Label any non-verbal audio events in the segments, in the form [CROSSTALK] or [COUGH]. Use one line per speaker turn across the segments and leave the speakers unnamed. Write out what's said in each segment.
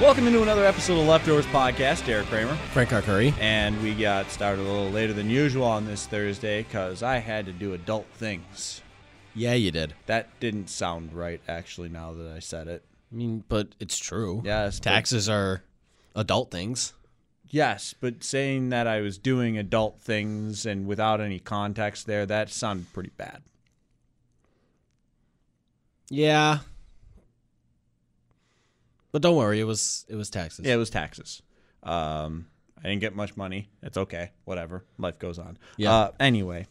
Welcome into another episode of Leftovers Podcast. Derek Kramer.
Frank Carcuri.
And we got started a little later than usual on this Thursday because I had to do adult things.
Yeah, you did.
That didn't sound right, actually, now that I said it.
I mean, but it's true.
Yes, but-
Taxes are adult things.
Yes, but saying that I was doing adult things and without any context there, that sounded pretty bad.
Yeah. But don't worry, it was it was taxes.
Yeah, it was taxes. Um, I didn't get much money. It's okay. Whatever. Life goes on.
Yeah.
Uh, anyway.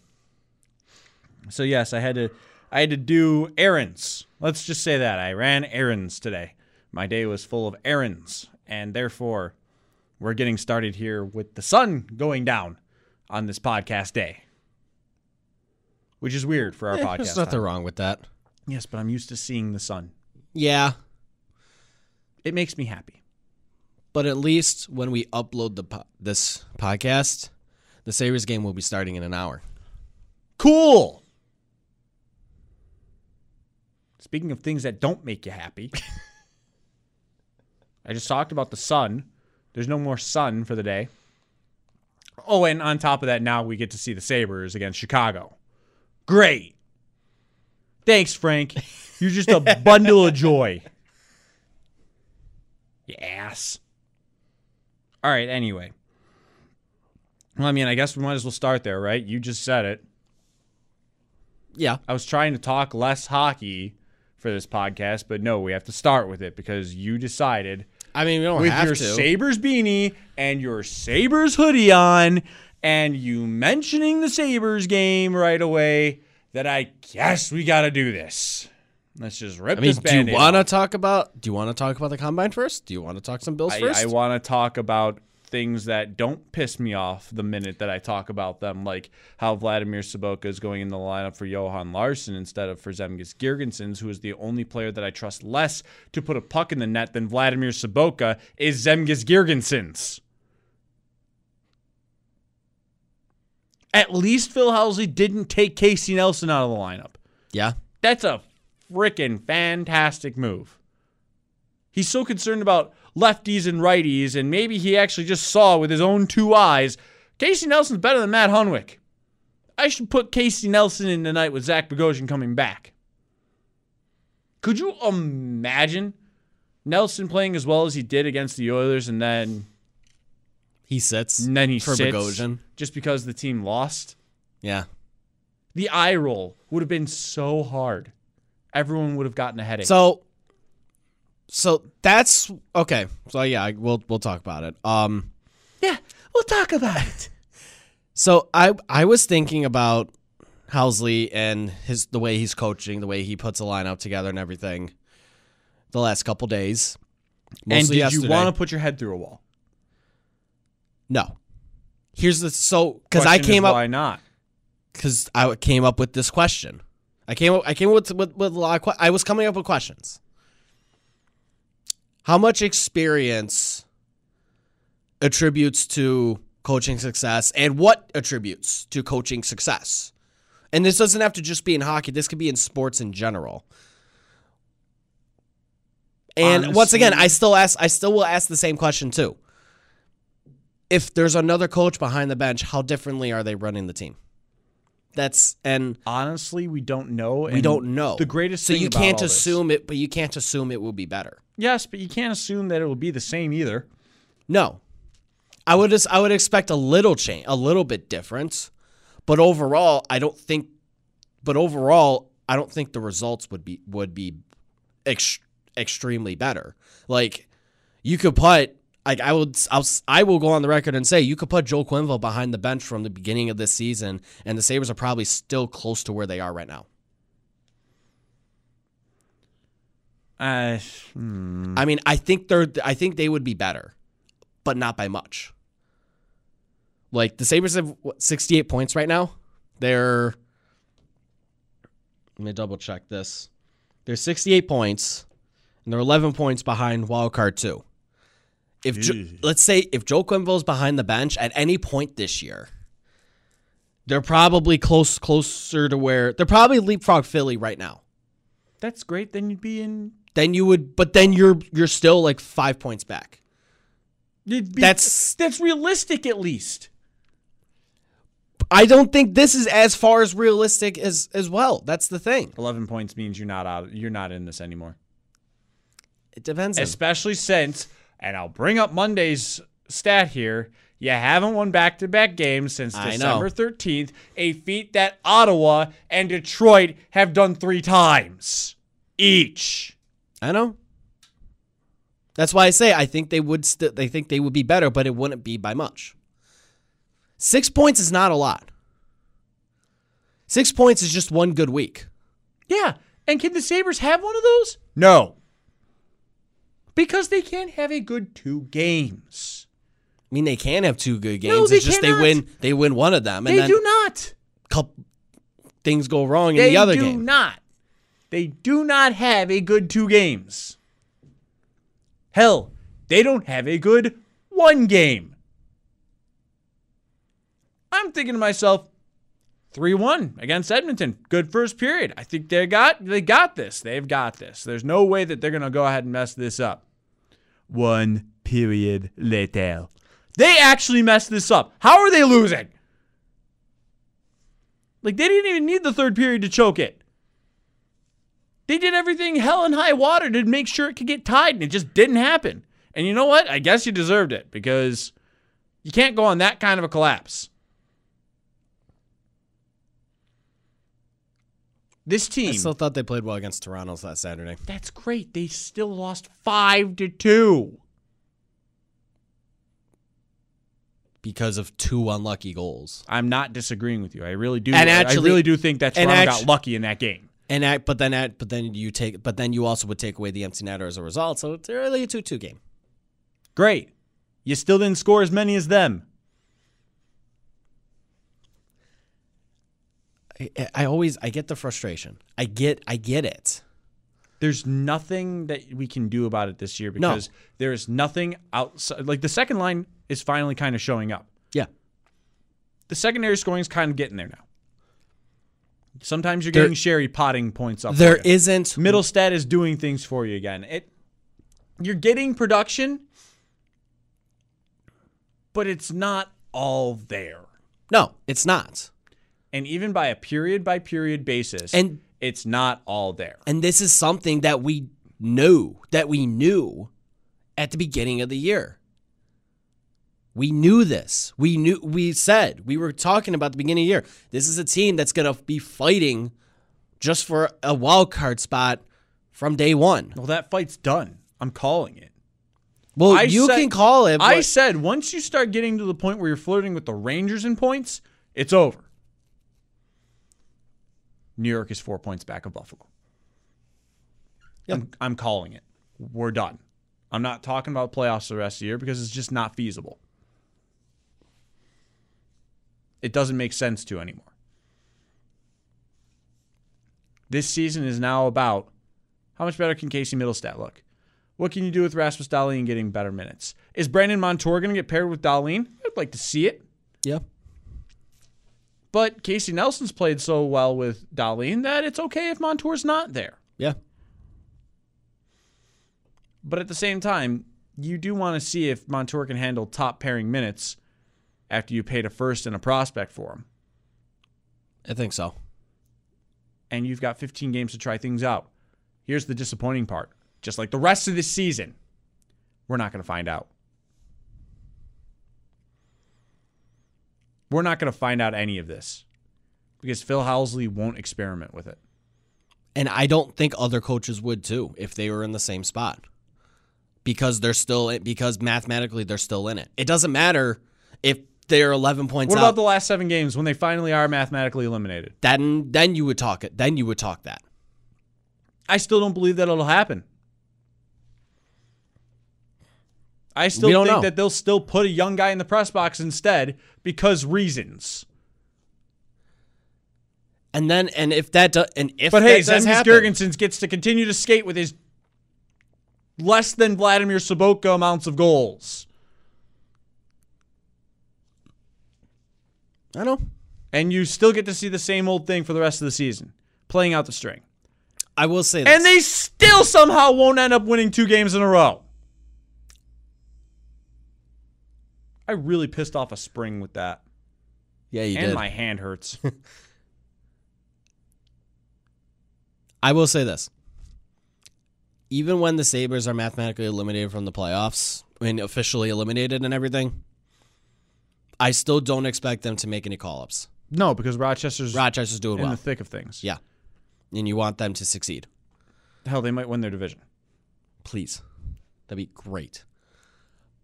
So yes, I had to. I had to do errands. Let's just say that I ran errands today. My day was full of errands, and therefore, we're getting started here with the sun going down on this podcast day, which is weird for our
Eh,
podcast.
There's nothing
time.
wrong with that.
Yes, but I'm used to seeing the sun.
Yeah,
It makes me happy.
but at least when we upload the po- this podcast, the Sabres game will be starting in an hour.
Cool. Speaking of things that don't make you happy, I just talked about the sun. There's no more sun for the day. Oh, and on top of that, now we get to see the Sabres against Chicago. Great. Thanks, Frank. You're just a bundle of joy. You ass. All right, anyway. Well, I mean, I guess we might as well start there, right? You just said it.
Yeah,
I was trying to talk less hockey for this podcast, but no, we have to start with it because you decided
I mean we don't
with
have
your
to.
Sabres beanie and your Sabres hoodie on and you mentioning the Sabres game right away that I guess we got to do this. Let's just rip
I mean,
this
do
band
you want to talk about? Do you want to talk about the combine first? Do you want to talk some Bills
I,
first?
I want to talk about things that don't piss me off the minute that I talk about them, like how Vladimir Sobotka is going in the lineup for Johan Larson instead of for Zemgus Girgensons, who is the only player that I trust less to put a puck in the net than Vladimir Sobotka is Zemgus Girgensons. At least Phil Housley didn't take Casey Nelson out of the lineup.
yeah,
That's a freaking fantastic move. He's so concerned about lefties and righties, and maybe he actually just saw with his own two eyes Casey Nelson's better than Matt Hunwick. I should put Casey Nelson in tonight with Zach Bogosian coming back. Could you imagine Nelson playing as well as he did against the Oilers and then
he sits.
and then he
for
sits
Bogosian.
just because the team lost?
Yeah,
The eye roll would have been so hard. Everyone would have gotten a headache.
So, so that's okay. So yeah, I- we'll we'll talk about it. Um,
Yeah, we'll talk about it.
so I I was thinking about Housley and his the way he's coaching, the way he puts a lineup together and everything. The last couple days,
and did
[LAUGHS] Mostly yesterday.
you want to put your head through a wall?
no. Here's the so because I
Question is
came up
Why not?
because I came up with this question. I came up, I came up with, with with a lot of que- I was coming up with questions. How much experience attributes to coaching success, and what attributes to coaching success? And this doesn't have to just be in hockey. This could be in sports in general. And once
Honestly-
again, I still ask. I still will ask the same question too. If there's another coach behind the bench, how differently are they running the team? That's and
Honestly, we don't know.
we don't know.
The greatest
so
thing
you
about
can't
all this-
assume it, but you can't assume it will be better.
Yes, but you can't assume that it will be the same either.
No, I would just I would expect a little change, a little bit difference, but overall, I don't think. But overall, I don't think the results would be would be ex- extremely better. Like you could put. Like I will, I'll, I will go on the record and say you could put Joel Quenville behind the bench from the beginning of this season, and the Sabers are probably still close to where they are right now.
Uh,
I mean, I think they're I think they would be better, but not by much. Like the Sabres have what, 68 points right now. They're let me double check this. They're 68 points and they're 11 points behind wild card 2. If jo- let's say if Joe Quinville's behind the bench at any point this year, they're probably close closer to where they're probably leapfrog Philly right now
that's great. Then you'd be in.
then you would but then you're you're still like five points back
You'd be
That's-
that's realistic at least.
i don't think this is as far as realistic as as well that's the thing
11 points means you're not out. You're not in this anymore.
it depends on-
especially since, and I'll bring up Monday's stat here. You haven't won back-to-back games since
I know.
December 13th, a feat that Ottawa and Detroit have done three times each.
i know that's why i say i think they would still they think they would be better but it wouldn't be by much six points is not a lot six points is just one good week
Yeah, and can the Sabres have one of those? No. Because they can't have a good two games.
i mean they can have two good games
No, they
it's just
cannot.
they win they win one of them and
they
then
do not.
couple things go wrong in
they
the other
do
game
not. They do not have a good two games. Hell, they don't have a good one game. I'm thinking to myself, 3-1 against Edmonton. Good first period. I think they got they got this. They've got this. There's no way that they're going to go ahead and mess this up. One period later. They actually messed this up. How are they losing? Like they didn't even need the third period to choke it. They did everything hell and high water to make sure it could get tied, and it just didn't happen. And you know what? I guess you deserved it because you can't go on that kind of a collapse. This
I
team,
still thought they played well against Toronto's last Saturday.
that's great. They still lost five to two.
because of two unlucky goals.
I'm not disagreeing with you. I really do.
And
I
actually-
really do think that
and
Toronto
actu-
got lucky in that game.
And I, but then at, but then you take but then you also would take away the empty netter as a result. So it's really a two-two game.
Great. You still didn't score as many as them.
I, I always I get the frustration. I get I get it.
there's nothing that we can do about it this year
No.
because there is nothing outside. Like the second line is finally kind of showing up.
Yeah,
The secondary scoring is kind of getting there now. Sometimes you're
There-
getting Sherry potting points up.
there
for you.
isn't
Middlestad is doing things for you again. It you're getting production, but it's not all there.
no. It's not.
And even by a period by period basis,
And-
it's not all there.
And this is something that we knew that we knew at the beginning of the year. We knew this. We knew we said we were talking about the beginning of the year. This is a team that's going to be fighting just for a wild card spot from day one.
Well, that fight's done. I'm calling it.
Well,
I
you
said-
can call it.
I
but-
said once you start getting to the point where you're flirting with the Rangers in points, it's over. New York is four points back of Buffalo. I'm, I'm calling it. We're done. I'm not talking about playoffs the rest of the year because it's just not feasible. It doesn't make sense to anymore. This season is now about how much better can Casey Middlestat look? What can you do with Rasmus Dahlin getting better minutes? Is Brandon Montour going to get paired with Dahlin? I'd like to see it.
yeah.
But Casey Nelson's played so well with Dahlin that it's okay if Montour's not there.
Yeah.
But at the same time, you do want to see if Montour can handle top pairing minutes after you paid a first and a prospect for him.
I think so.
And you've got 15 games to try things out. Here's the disappointing part just like the rest of this season, we're not going to find out. We're not going to find out any of this because Phil Housley won't experiment with it.
And I don't think other coaches would too if they were in the same spot. because they're still because mathematically they're still in it. It doesn't matter if they're 11 points
What
out.
about the last seven games when they finally are mathematically eliminated?
then then you would talk it. Then you would talk that.
I still don't believe that it'll happen. I still
We don't
think
know.
that they'll still put a young guy in the press box instead because reasons.
And then and if that do, and if
But hey,
that does
Zemgus
happen,
Gergensen gets to continue to skate with his less than Vladimir Sobotka amounts of goals.
I know.
And you still get to see the same old thing for the rest of the season, playing out the string.
I will say this.
And they still somehow won't end up winning two games in a row. I really pissed off a spring with that.
yeah, you
and
did.
my hand hurts.
I will say this. Even when the Sabres are mathematically eliminated from the playoffs, I mean officially eliminated and everything, I still don't expect them to make any call ups.
[LAUGHS] no, because Rochester's
Rochester's doing
in
well.
the thick of things.
yeah. And you want them to succeed.
Hell, they might win their division.
Please. That'd be great.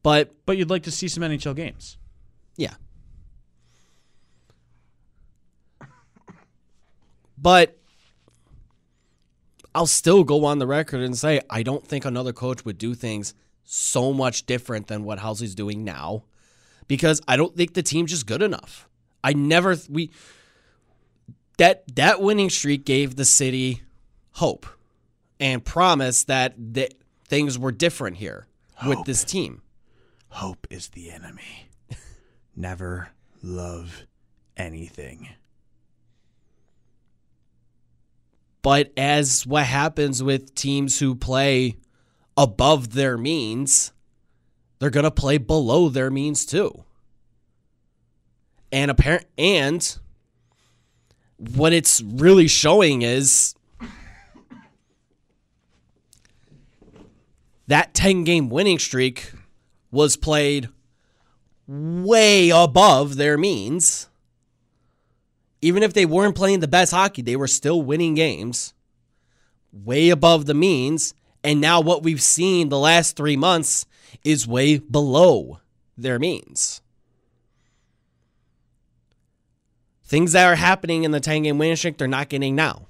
But
But you'd like to see some NHL games.
Yeah. But I'll still go on the record and say I don't think another coach would do things so much different than what Housley's doing now because I don't think the team's just good enough. I never th- we that that winning streak gave the city hope and promise that th- things were different here with this team.
Hope is the enemy. Never love anything.
But as what happens with teams who play above their means, they're going to play below their means too. And apparent and what it's really showing is that 10 game winning streak was played way above their means even if they weren't playing the best hockey, they were still winning games way above the means. And now what we've seen the last three months is way below their means. Things that are happening in the 10 game winning streak, they're not getting now.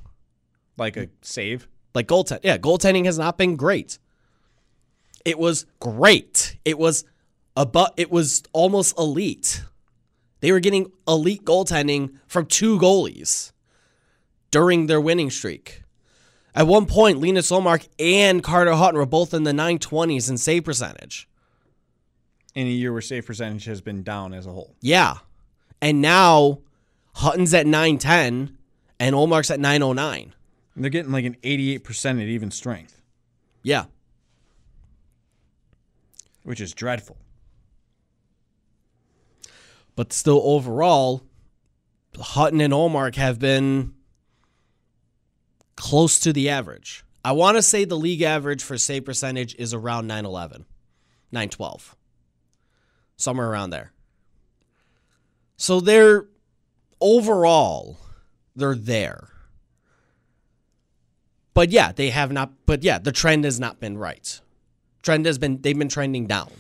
Like a save.
Like goaltending. Yeah, goaltending has not been great. It was great. It was above it was almost elite. They were getting elite goaltending from two goalies during their winning streak. At one point, Lena Solmark and Carter Hutton were both in the 920s in save percentage.
In a year where save percentage has been down as a whole.
Yeah. And now Hutton's at 910 and Olmark's at 909.
And they're getting like an 88% at even strength,
Yeah.
which is dreadful.
but still overall, Hutton and Olmark have been close to the average. I want to say the league average for save percentage is around 911, 912, somewhere around there. So they're overall, they're there. But yeah, they have not, but yeah, the trend has not been right. Trend has been, they've been trending down.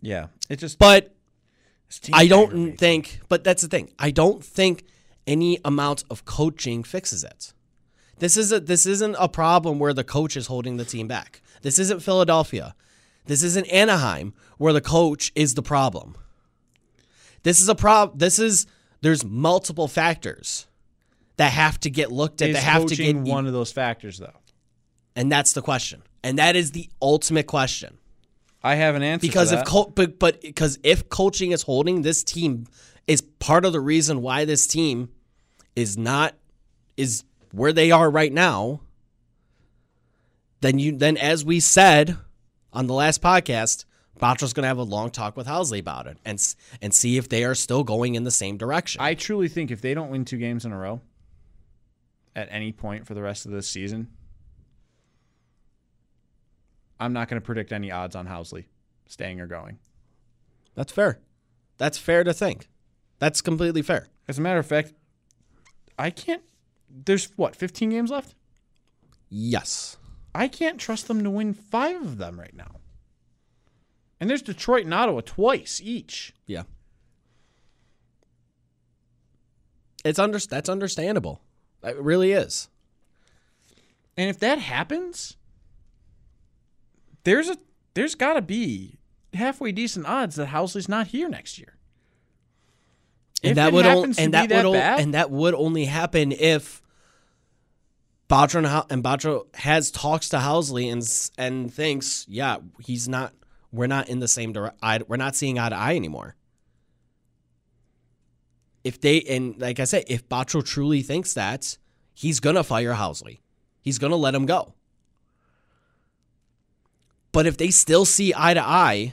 Yeah. It just.
But
this team
I don't
aggravates
think, but that's the thing. I don't think any amount of coaching fixes it. This is a this isn't a problem where the coach is holding the team back. This isn't Philadelphia. This isn't Anaheim where the coach is the problem. This is a prob this is there's multiple factors that have to get looked at.
Is
that have to
coaching
get e,
one of those factors, though.
and that's the question. And that is the ultimate question.
I have an answer.
because
for
if
that.
co- but but because if coaching is holding this team is part of the reason why this team is not is where they are right now then you then as we said on the last podcast Botro's going to have a long talk with Housley about it and s- and see if they are still going in the same direction.
I truly think if they don't win two games in a row at any point for the rest of this season, I'm not going to predict any odds on Housley staying or going.
That's fair. That's fair to think. That's completely fair.
As a matter of fact, I can't. There's what, 15 games left?
Yes.
I can't trust them to win five of them right now. And there's Detroit and Ottawa twice each.
Yeah. It's under that's understandable. It really is.
And if that happens, there's a there's got to be halfway decent odds that Housley's not here next year. If it
on-
happens to be
that would
that
on-
bad-
and that would only happen if Batra and, Hou- and Batra has talks to Housley and s- and thinks, yeah, he's not. We're not in the same direction. We're not seeing eye to eye anymore. If they and like I said, if Batra truly thinks that, he's gonna fire Housley. He's gonna let him go. But if they still see eye to eye,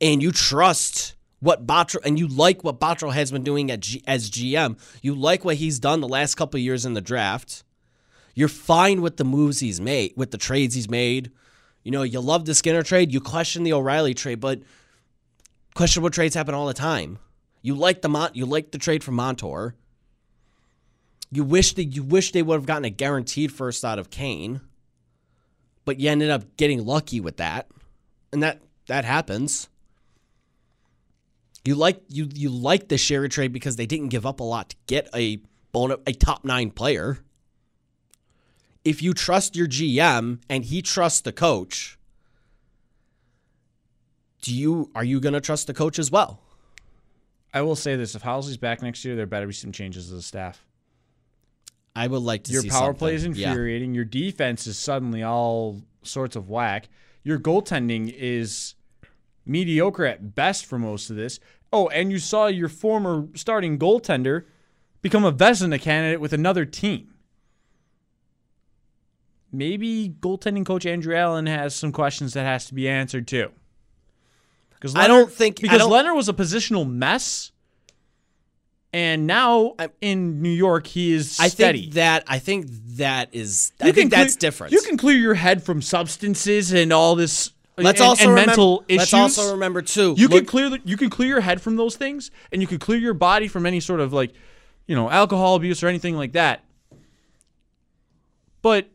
and you trust what Botro and you like what Botro has been doing at G, as GM, you like what he's done the last couple of years in the draft. You're fine with the moves he's made, with the trades he's made. You know, you love the Skinner trade, you question the O'Reilly trade, but questionable trades happen all the time. You like the Mont, you like the trade from Montour. You wish that you wish they would have gotten a guaranteed first out of Kane, but you ended up getting lucky with that, and that that happens. You like you you like the Sherry trade because they didn't give up a lot to get a bona, a top nine player. If you trust your GM and he trusts the coach, do you are you going to trust the coach as well?
I will say this: if Housley's back next year, there better be some changes to the staff.
I would like to
Your
see
power
something.
play is
Yeah.
infuriating. Your defense is suddenly all sorts of whack. Your goaltending is mediocre at best for most of this. Oh, and you saw your former starting goaltender become a Vezina candidate with another team. Maybe goaltending coach Andrew Allen has some questions that has to be answered too. Because
I don't think I
because
don't-
Leonard was a positional mess, and now in New York he is
I
steady.
think that I think that is I
You
think
can
that's
clear-
different.
You can clear your head from substances and all this. uh,
let's
and,
also
and
remember,
mental issues.
Let's also remember too.
you can
look-
clear the, you can clear your head from those things, and you can clear your body from any sort of like, you know, alcohol abuse or anything like that. But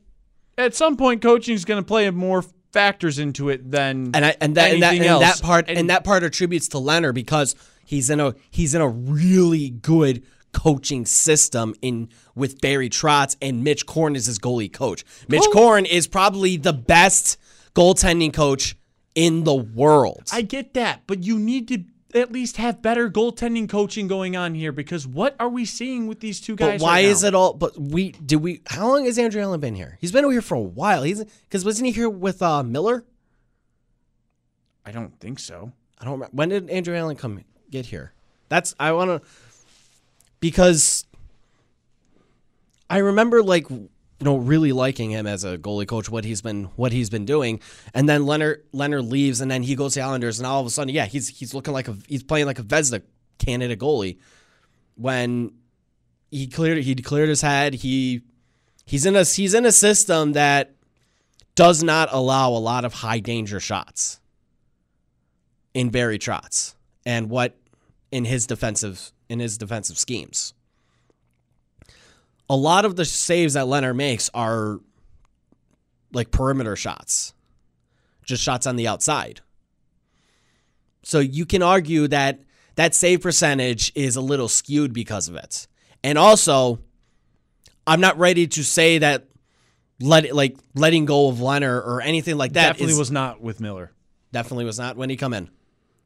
at some point, coaching is going to play more factors into it than
and I and that and that,
anything
and
else.
that part and,
And-
that part attributes to Leonard because he's in a he's in a really good coaching system in with Barry Trotz and Mitch Korn is his goalie coach. Mitch Korn is probably the best goaltending coach in the world.
I get that, but you need to at least have better goaltending coaching going on here because what are we seeing with these two
but
guys?
why
right
is
now?
it all? But we did we? How long has Andrew Allen been here? He's been here for a while. He's because wasn't he here with uh, Miller?
I don't think so.
I don't remember. When did Andrew Allen come get here? That's I want to because I remember like you know really liking him as a goalie coach what he's been what he's been doing and then Leonard Leonard leaves and then he goes to Islanders and all of a sudden yeah he's he's looking like a he's playing like a Vesna candidate goalie when he cleared he cleared his head he he's in a he's in a system that does not allow a lot of high danger shots in Barry Trotz and what in his defensive in his defensive schemes. A lot of the saves that Leonard makes are like perimeter shots, just shots on the outside. So you can argue that that save percentage is a little skewed because of it. And also, I'm not ready to say that let like letting go of Leonard or anything like that
Definitely
is-
was not with Miller.
definitely was not when he come in.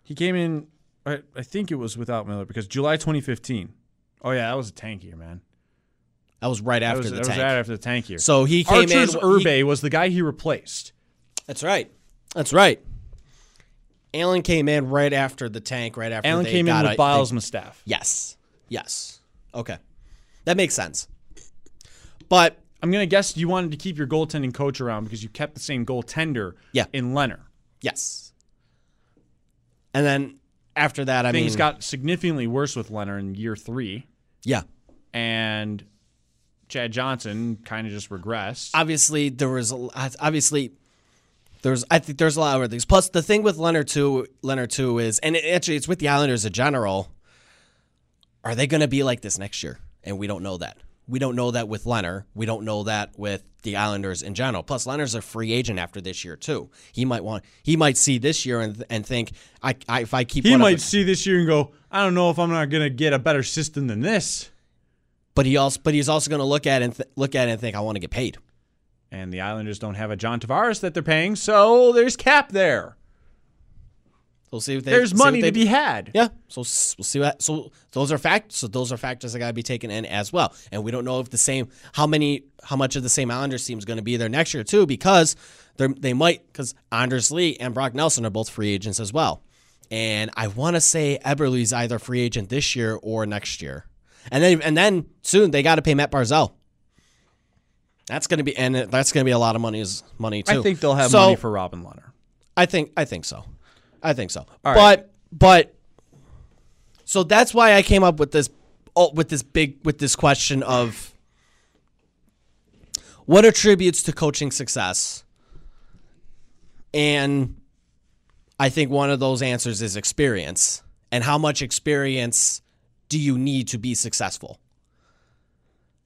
He came in. I, I think it was without Miller because July 2015. Oh yeah, that was a tank year, man.
That was right
That
after
was,
the
that was
tank.
right after the tank year.
So he came
Archer's
in.
Urbe
he-
was the guy he replaced.
that's right. That's right. Allen came in right after the tank. Right after
Allen
they
came in
got
with
a-
Biles
they-
and staff.
yes. Yes. Okay. That makes sense. But
I'm gonna guess you wanted to keep your goaltending coach around because you kept the same goaltender.
Yeah.
In Leonard,
yes. And then after that, I
things
mean,
got significantly worse with Leonard in year three.
yeah.
and Chad Johnson kind of just regressed.
obviously there was a- obviously there's I think there's a lot of other things. Plus the thing with Leonard too Leonard too is and it, actually it's with the Islanders in general. Are they going to be like this next year? And we don't know that. We don't know that with Leonard. We don't know that with the Islanders in general. Plus, Leonard's a free agent after this year too. He might want. He might see this year and and think, I, I if I keep.
He
one of
might
the-
see this year and go, I don't know if I'm not going to get a better system than this.
but he also. But he's also going to look at it and th- look at it and think, I want to get paid.
And the Islanders don't have a John Tavares that they're paying, so there's cap there.
We'll see if they,
There's
see what
money
they-
to be had.
Yeah. So s- we'll see what. So those are facts. So those are factors that got to be taken in as well. And we don't know if the same, how many, how much of the same Islanders team is going to be there next year too, because they they might because Anders Lee and Brock Nelson are both free agents as well. And I want to say Eberle's either free agent this year or next year. And then and then soon they got to pay Matt Barzell. That's going to be and that's going to be a lot of money is money too.
I think they'll have
So-
money for Robin Leonard.
I think I think so. I think so.
All
but
right.
but so that's why I came up with this oh, with this big with this question of what attributes to coaching success. And I think one of those answers is experience. And how much experience do you need to be successful?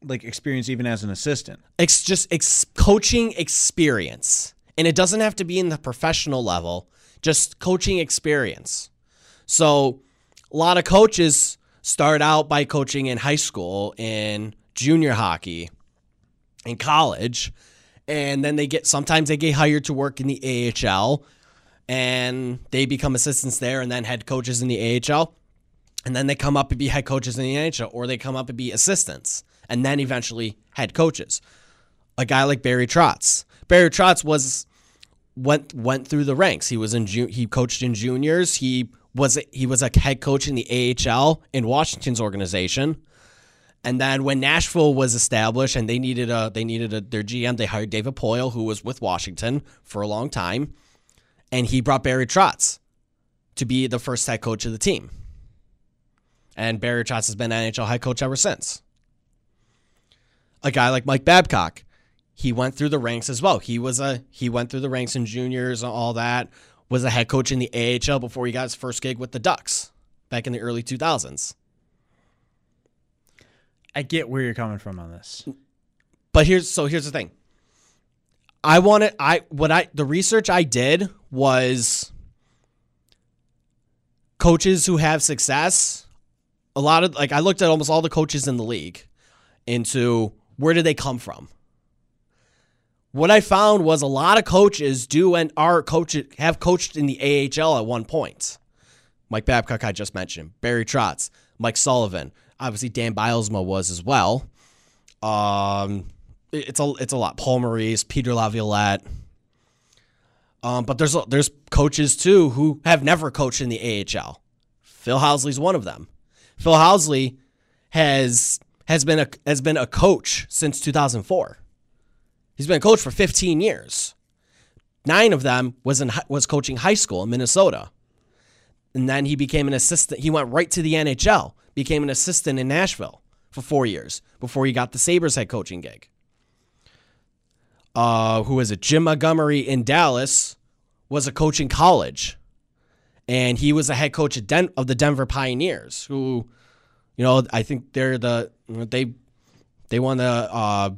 Like experience even as an assistant.
It's just ex- coaching experience. And it doesn't have to be in the professional level, just coaching experience. So, a lot of coaches start out by coaching in high school, in junior hockey, in college, and then they get sometimes they get hired to work in the AHL and they become assistants there and then head coaches in the AHL and then they come up and be head coaches in the NHL, or they come up and be assistants, and then eventually head coaches. A guy like Barry Trotz. Barry Trotz was went went through the ranks. He was in ju- he coached in juniors. He was he was a head coach in the AHL in Washington's organization. And then when Nashville was established and they needed a they needed a their GM, they hired David Poyle, who was with Washington for a long time, and he brought Barry Trotz to be the first head coach of the team. And Barry Trotz has been NHL head coach ever since. A guy like Mike Babcock, he went through the ranks as well. He was a he went through the ranks in juniors and all that. Was a head coach in the AHL before he got his first gig with the Ducks back in the early 2000s.
I get where you're coming from on this.
But here's so here's the thing. I wanted I what I the research I did was coaches who have success. A lot of like I looked at almost all the coaches in the league into where did they come from. What I found was a lot of coaches do and are coaches have coached in the AHL at one point. Mike Babcock I just mentioned, Barry Trotz, Mike Sullivan, obviously Dan Bilesma was as well. Um, it- it's a it's a lot. Paul Maurice, Peter Laviolette. Um, but there's a- there's coaches too who have never coached in the AHL. Phil Housley's one of them. Phil Housley has has been a has been a coach since 2004. He's been a coach for 15 years. Nine of them was in hi- was coaching high school in Minnesota, and then he became an assistant. He went right to the NHL, became an assistant in Nashville for four years before he got the Sabres head coaching gig. Uh, who was it? Jim Montgomery in Dallas was a coach in college, and he was a head coach at Den- of the Denver Pioneers, who, you know, I think they're the they they won the uh,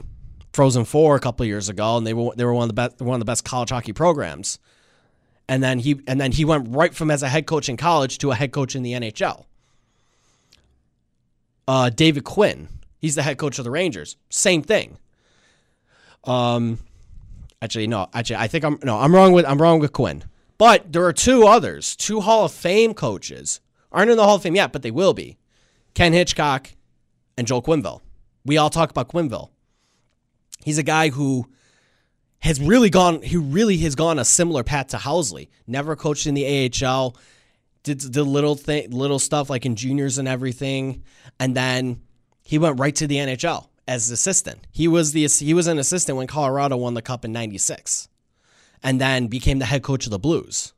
Frozen Four a couple of years ago, and they were they were one of the best one of the best college hockey programs. And then he and then he went right from as a head coach in college to a head coach in the NHL. Uh, David Quinn, he's the head coach of the Rangers. Same thing. Um, actually, no, actually, I think I'm no, I'm wrong with I'm wrong with Quinn. But there are two others, two Hall of Fame coaches aren't in the Hall of Fame yet, but they will be. Ken Hitchcock and Joel Quinville. We all talk about Quinville. He's a guy who has really gone. He really has gone a similar path to Housley. Never coached in the AHL. Did the little thing, little stuff like in juniors and everything, and then he went right to the NHL as assistant. He was the he was an assistant when Colorado won the Cup in '96, and then became the head coach of the Blues,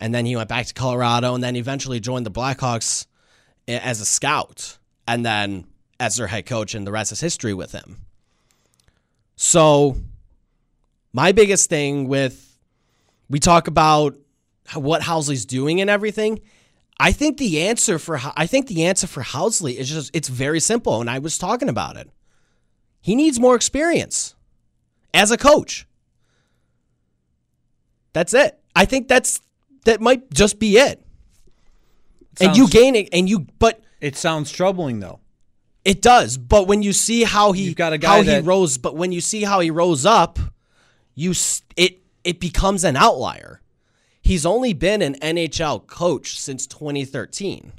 and then he went back to Colorado, and then eventually joined the Blackhawks a- as a scout, and then as their head coach, and the rest is history with him. So my biggest thing with we talk about h- what Housley's doing and everything. I think the answer for Hou- I think the answer for Housley is just it's very simple, and I was talking about it. He needs more experience as a coach. That's it. I think that's that might just be it. and you
Sounds-
gain it, and you but
It sounds troubling though.
it does. But when you see how he
You've got a guy
how
that-
he rose, but when you see how he rose up, you s- it it becomes an outlier. He's only been an NHL coach since 2013.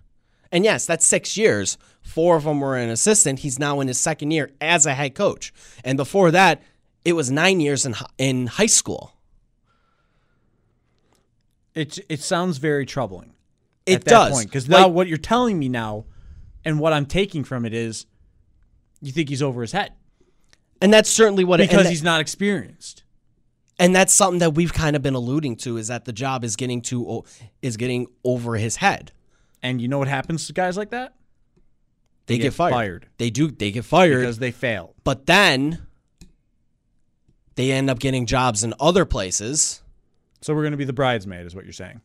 And yes, that's 6 years. 4 of them were an assistant. He's now in his second year as a head coach. And before that, it was 9 years in hi- in high school.
It it sounds very troubling.
It
at
does.
that point because
Like-
now what you're telling me now, and what I'm taking from it is, you think he's over his head
and that's certainly what it,
because
and tha-
he's not experienced.
and that's something that we've kind of been alluding to is that the job is getting too o- is getting over his head.
And you know what happens to guys like that
They
Get
get, fired.
fired.
They do. They get fired.
because they fail.
but then they end up getting jobs in other places.
So we're going to be the bridesmaid, is what you're saying.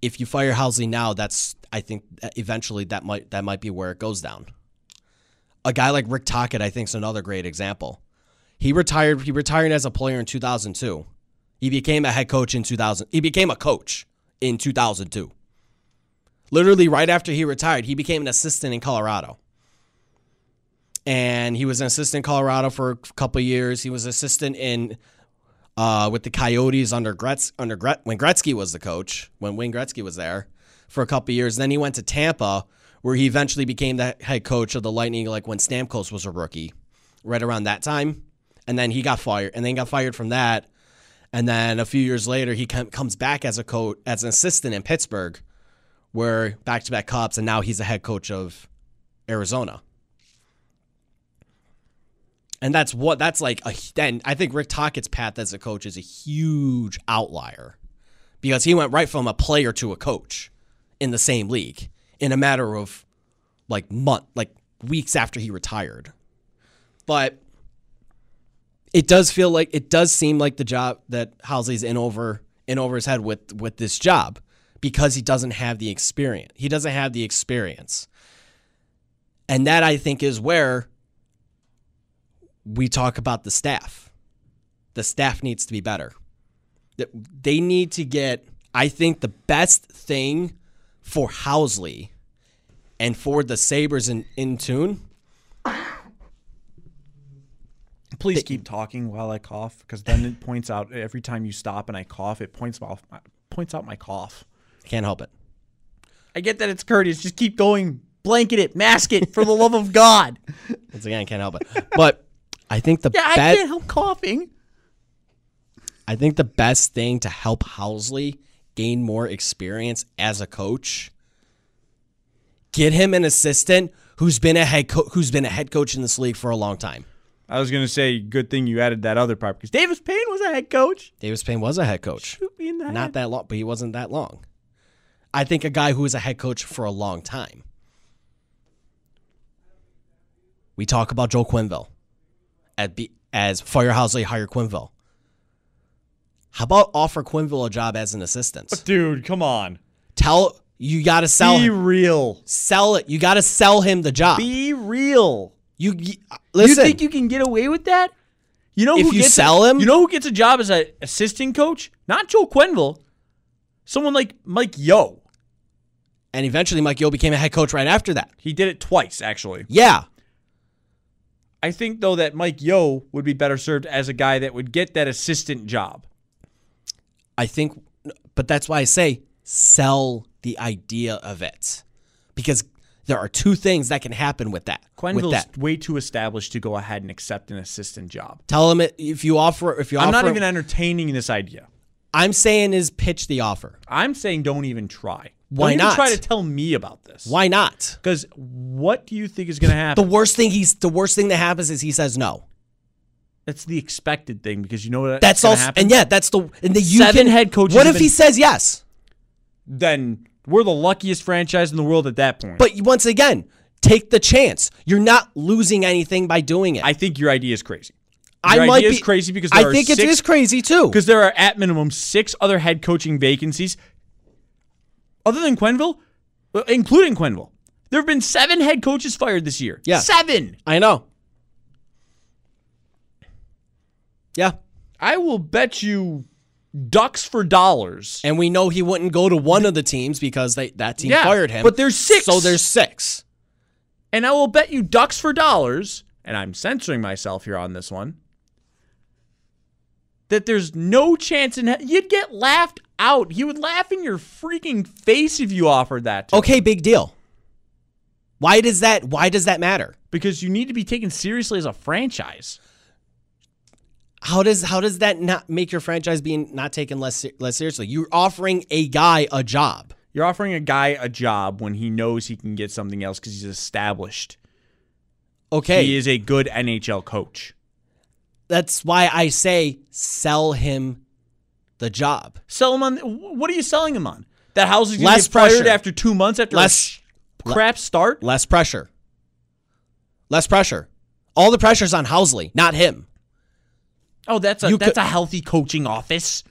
If you fire Housley now, that's I think uh, eventually that might that might be where it goes down. A guy like Rick Tockett, I think, is another great example. He retired. He retired as a player in 2002. He became a head coach in 2000. He became a coach in 2002. Literally right after he retired, he became an assistant in Colorado. And he was an assistant in Colorado for a couple of years. He was assistant in uh, with the Coyotes under Gretz under Gret, when Gretzky was the coach, when Wayne Gretzky was there for a couple of years. Then he went to Tampa, where he eventually became the head coach of the Lightning, like when Stamkos was a rookie, right around that time. And then he got fired, and then got fired from that. And then a few years later, he com- comes back as a coach, as an assistant in Pittsburgh, where back-to-back cups, and now he's the head coach of Arizona. And that's what that's like. A, then I think Rick Tockett's path as a coach is a huge outlier because he went right from a player to a coach in the same league in a matter of like month, like weeks after he retired. But it does feel like it does seem like the job that Housley's in over in over his head with with this job because he doesn't have the experience. He doesn't have the experience. And that I think is where we talk about the staff. The staff needs to be better. That- They need to get, I think, the best thing for Housley and for the Sabres in, in tune.
Please keep talking while I cough, because then it points out every time you stop and I cough, it points off my, points out my cough.
Can't help it.
I get that it's courteous. Just keep going. Blanket it, mask it, for the love of God.
Once again, can't help it. But I think the
[LAUGHS] Yeah, I
best.
can't help coughing.
I think the best thing to help Housley gain more experience as a coach, get him an assistant who's been a head co- who's been a head coach in this league for a long time.
I was gonna say, good thing you added that other part because Davis Payne was a head coach.
Davis Payne was a head coach.
Shoot me in the
Not
head.
that long, but he wasn't that long. I think a guy who was a head coach for a long time. We talk about Joe Quinville at B, as Firehouse Lee hire Quinville. How about offer Quinville a job as an assistant?
Dude, come on.
Tell you got to sell
Be
him.
real.
Sell it. You got to sell him the job.
Be real.
you you- listen.
You think you can get away with that? You know
If
who
you
gets a-
sell him?
You know who gets a job as an assistant coach? Not Joe Quenville. Someone like Mike Yo.
and eventually, Mike Yo became a head coach right after that.
He did it twice, actually.
Yeah,
I think though that Mike Yo would be better served as a guy that would get that assistant job.
I think, but that's why I say sell the idea of it, because there are two things that can happen with that. with
Quenville's
that,
way too established to go ahead and accept an assistant job.
tell him it, if you offer. If you
I'm
offer,
not even entertaining this idea.
I'm saying is pitch the offer.
I'm saying don't even try.
Why
don't
not?
Even try to tell me about this.
Why not?
Because what do you think is going to
The
happen?
worst thing he's the worst thing that happens is he says no.
That's the expected thing because you know what.
That's also
happen?
and yeah, that's the and the you
Seven
can-
head coaches
What
have
if he
been-
says yes?
Then we're the luckiest franchise in the world at that point.
But once again, take the chance. You're not losing anything by doing it.
I think your idea is crazy.
I
Your
might
idea
be
is crazy because there
I
are
think
six,
it is crazy too.
because there are at minimum six other head coaching vacancies, other than Quenville, uh, including Quenville. There have been seven head coaches fired this year.
Yeah.
seven.
I know. Yeah.
I will bet you ducks for dollars.
And we know he wouldn't go to one of the teams because they that team
Yeah,
fired him.
but there's six.
So there's six.
And I will bet you ducks for dollars, and I'm censoring myself here on this one, that there's no chance in he- you'd get laughed out. He would laugh in your freaking face if you offered that. To him.
Okay, big deal. Why does that why does that matter?
Because you need to be taken seriously as a franchise.
How does how does that not make your franchise being not taken less ser- less seriously? You're offering a guy a job.
You're offering a guy a job when he knows he can get something else because he's established.
Okay.
He is a good NHL coach.
That's why I say sell him the job.
Sell him on. What are you selling him on? That house is going
Less
to get fired
pressure.
after two months after a
Less-
sh- crap start.
Less pressure. Less pressure. All the pressure's on Housley, not him.
Oh, that's a
You
that's
could-
a healthy coaching office.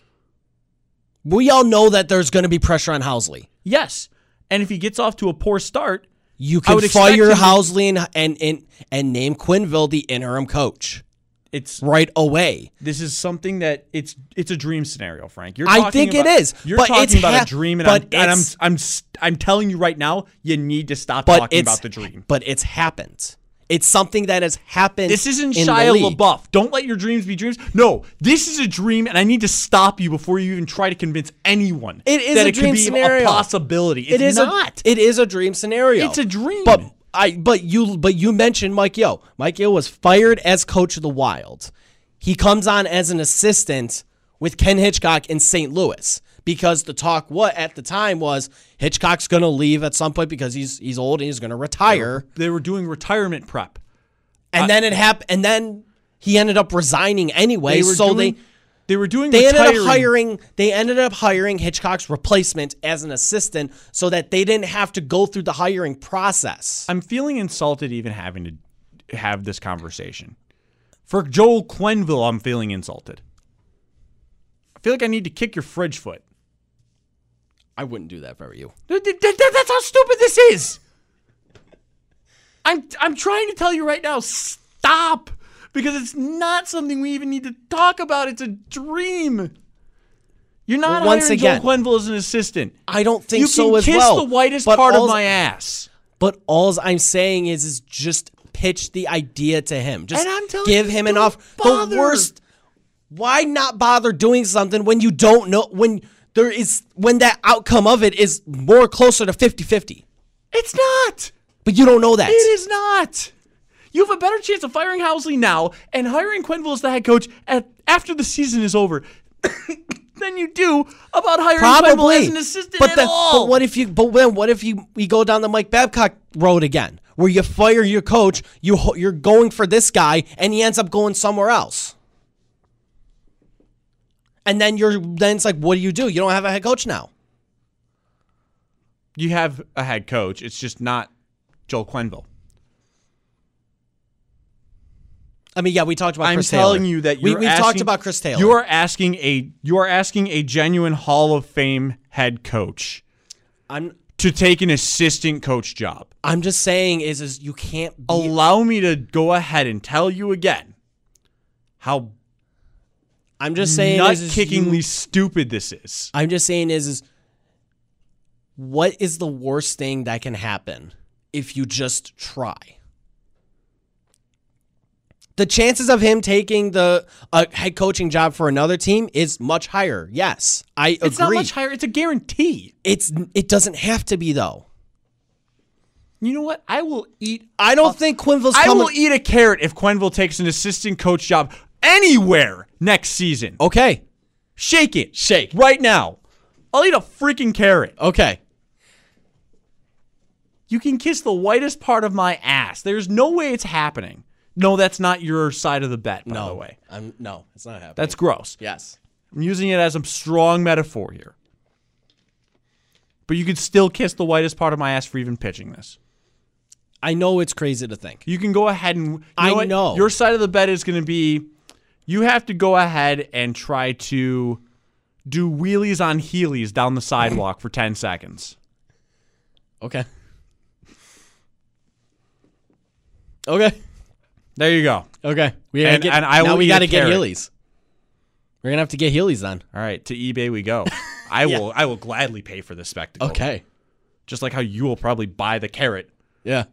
We all know that there's going to be pressure on Housley.
Yes, and if he gets off to a poor start,
You
I
can
would expect
fire
him to-
Housley and, and and and name Quinville the interim coach
it's
right away.
this is something that it's it's a dream scenario, Frank. You're
I
talking
think it
about-
is,
You're
but
talking
it's
about
ha-
a dream, and,
but
I'm, and I'm
it's-
I'm s- I'm telling you right now, you need to stop
But
talking
it's
about the dream.
But it's happened. It's something that has happened.
This isn't
in the
Shia
league.
LaBeouf. Don't let your dreams be dreams. No, this is a dream, and I need to stop you before you even try to convince anyone
It is
that
a
it
dream
could be
scenario.
a possibility. It's
It is a-
not.
it is a dream scenario.
It's a dream.
But I but you but you mentioned Mike Yo. Mike Yo was fired as coach of the Wild. He comes on as an assistant with Ken Hitchcock in St. Louis because the talk what at the time was Hitchcock's going to leave at some point because he's he's old and he's going to retire.
they were doing retirement prep.
And then it happened and then he ended up resigning anyway.
were
so
doing,
they
they were doing
they ended up
retiring-
hiring they ended up hiring Hitchcock's replacement as an assistant so that they didn't have to go through the hiring process.
I'm feeling insulted even having to have this conversation. For Joel Quenville, I'm feeling insulted. I feel like I need to kick your fridge foot.
I wouldn't do that if I were you.
Th- th- th- That's how stupid this is. I'm I'm trying to tell you right now, stop, because it's not something we even need to talk about. It's a dream. You're not
Well, once
hiring
again-
Joel Quenville as an assistant.
I don't think
you
so
can
as
kiss
well.
the whitest
But
part of
alls-
my ass.
But all I'm saying is, is just pitch the idea to him. Just
And I'm telling
give
you,
him an
don't
offer. The
bother.
worst. Why not bother doing something when you don't know when there is when that outcome of it is more closer to 50-50.
It's not.
But you don't know that.
It is not. You have a better chance of firing Housley now and hiring Quenville as the head coach at, after the season is over [COUGHS] than you do about hiring Quenville as
Probably.
an assistant
but
at
the-
all.
but what if you? But then what if you? We go down the Mike Babcock road again, where you fire your coach. You ho- you're going for this guy, and he ends up going somewhere else. And then you're then it's like, what do you do? You don't have a head coach now.
you have a head coach. It's just not Joel Quenville.
I mean, yeah, we talked about.
I'm
Chris
telling
Taylor.
you that
we,
you're
we've
asking-
talked about Chris Taylor.
You are asking a you are asking a genuine Hall of Fame head coach
I'm
to take an assistant coach job.
I'm just saying is is you can't be
Allow me to go ahead and tell you again how
I'm just saying
nut
is, is you-
kickingly stupid this is.
I'm just saying is is what is the worst thing that can happen if you just try? The chances of him taking the uh, head coaching job for another team is much higher. Yes, I agree.
It's not much higher. It's a guarantee.
It's it doesn't have to be though.
You know what? I will eat.
I don't think Quinville's
I
coming.
will eat a carrot if Quenville takes an assistant coach job anywhere next season.
okay,
Shake it.
Oh. Shake.
Right now. I'll eat a freaking carrot.
okay.
You can kiss the whitest part of my ass. There's no way it's happening. No, that's not your side of the bet, by
Oh.
the way.
I'm no, it's not happening.
That's gross.
yes.
I'm using it as a strong metaphor here. But you could still kiss the whitest part of my ass for even pitching this.
I know it's crazy to think.
You can go ahead and. you
I
what?
know.
Your side of the bet is going to be you have to go ahead and try to do wheelies on heelys down the sidewalk for 10 seconds.
[LAUGHS] Okay. Okay.
There you go.
Okay. We gotta
And-
get,
and I
now
will
we
eat a
gotta get
carrot.
Heelys. We're gonna have to get Heelys then.
All right, to eBay we [LAUGHS] go. I will I will gladly pay for this spectacle.
Okay.
Just like how you will probably buy the carrot.
Yeah.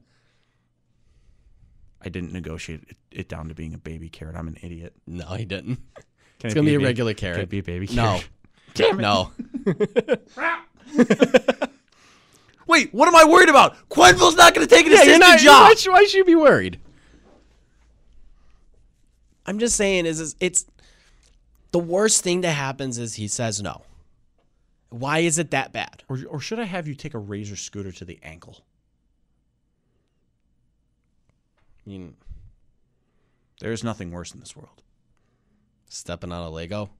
I didn't negotiate it, it down to being a baby carrot. I'm an idiot.
No, he didn't.
Can
It's
it
gonna be a
ba-
regular
Can
carrot.
it be a baby
No.
carrot? [LAUGHS]
[LAUGHS] No.
Wait, what am I worried about? Quenville's not going to take an
yeah, you're
assistant
not.
job.
Why should, why should you be worried? I'm just saying, is, is it's the worst thing that happens is he says no. Why is it that bad?
Or, or should I have you take a razor scooter to the ankle? I mean, there is nothing worse in this world.
Stepping on a Lego.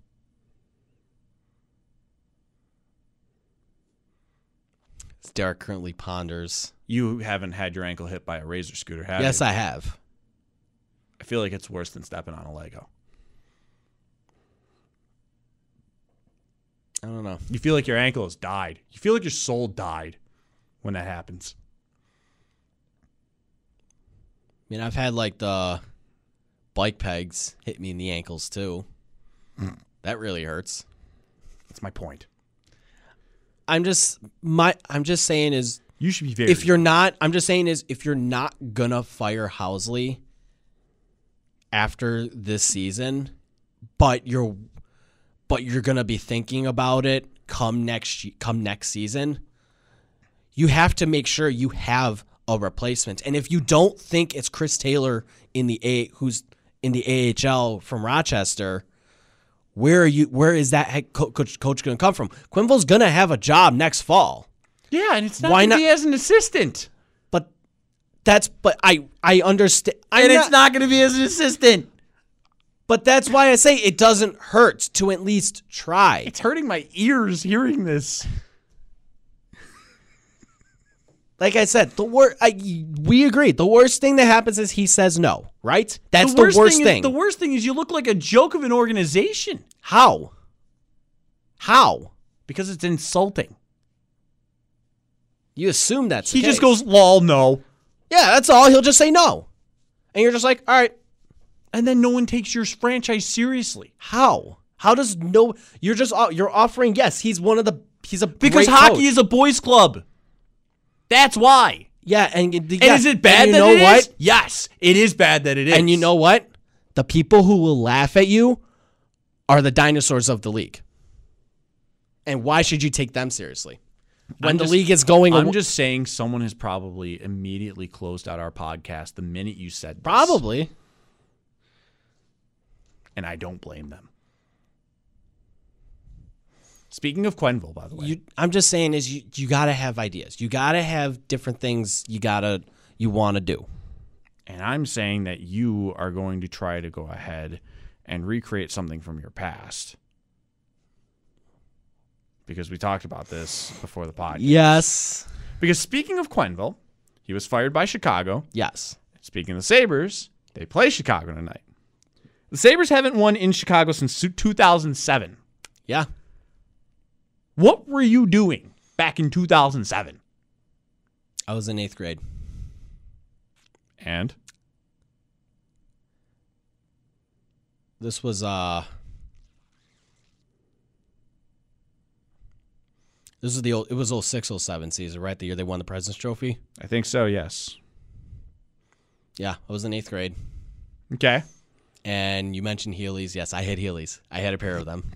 Derek currently ponders.
You haven't had your ankle hit by a razor scooter, have
yes,
you?
I have.
I feel like it's worse than stepping on a Lego.
I don't know.
You feel like your ankle has died. You feel like your soul died when that happens.
I mean, I've had like the bike pegs hit me in the ankles too.
Mm.
that really hurts.
That's my point.
I'm just my I'm just saying is
You should be very.
if you're not I'm just saying is if you're not gonna fire Housley after this season, but you're but you're gonna be thinking about it come next ye- come next season, you have to make sure you have a replacement. And if you don't think it's Chris Taylor in the A who's in the AHL from Rochester, where are you? Where is that head co- coach, coach going to come from? Quinville's going to have a job next fall,
yeah, and it's not
Why
going to
not-
be as an assistant.
but that's but I I understand. I'm
And it's not going to be as an assistant.
But that's why I say it doesn't hurt to at least try.
It's hurting my ears hearing this.
Like I said, the worst. We agree. The worst thing that happens is he says no. Right? That's the worst, thing.
is- the worst thing is you look like a joke of an organization
How? How?
because it's insulting.
You assume that's. the
He just
case.
goes, lol, no.
Yeah, that's all. He'll just say no, and you're just like, all right.
And then no one takes your franchise seriously.
How? How does no? You're just you're offering. Yes, he's one of the. He's a
Because
great
hockey
coach.
is a boys club. That's why.
Yeah, and, and
And is it bad
And you
that
know
it is?
what?
Yes, it is bad that it is.
And you know what? The people who will laugh at you are the dinosaurs of the league. And why should you take them seriously when
I'm
the
just-
league is going?
I'm
awa-
just saying someone has probably immediately closed out our podcast the minute you said this.
probably.
And I don't blame them. Speaking of Quenville, by the way.
You, I'm just saying is you you gotta have ideas. You gotta have different things. You gotta you want to do.
And I'm saying that you are going to try to go ahead and recreate something from your past. Because we talked about this before the podcast.
Yes.
Because speaking of Quenville, he was fired by Chicago.
Yes.
Speaking of the Sabres, they play Chicago tonight. The Sabres haven't won in Chicago since 2007.
Yeah.
What were you doing back in 2007?
I was in eighth grade.
And
This was uh This is the old it was 06 07 season, right? The year they won the President's Trophy.
I think so, yes.
Yeah, I was in 8th grade.
Okay.
And you mentioned Heelys. Yes, I had Heelys. I had a pair of them.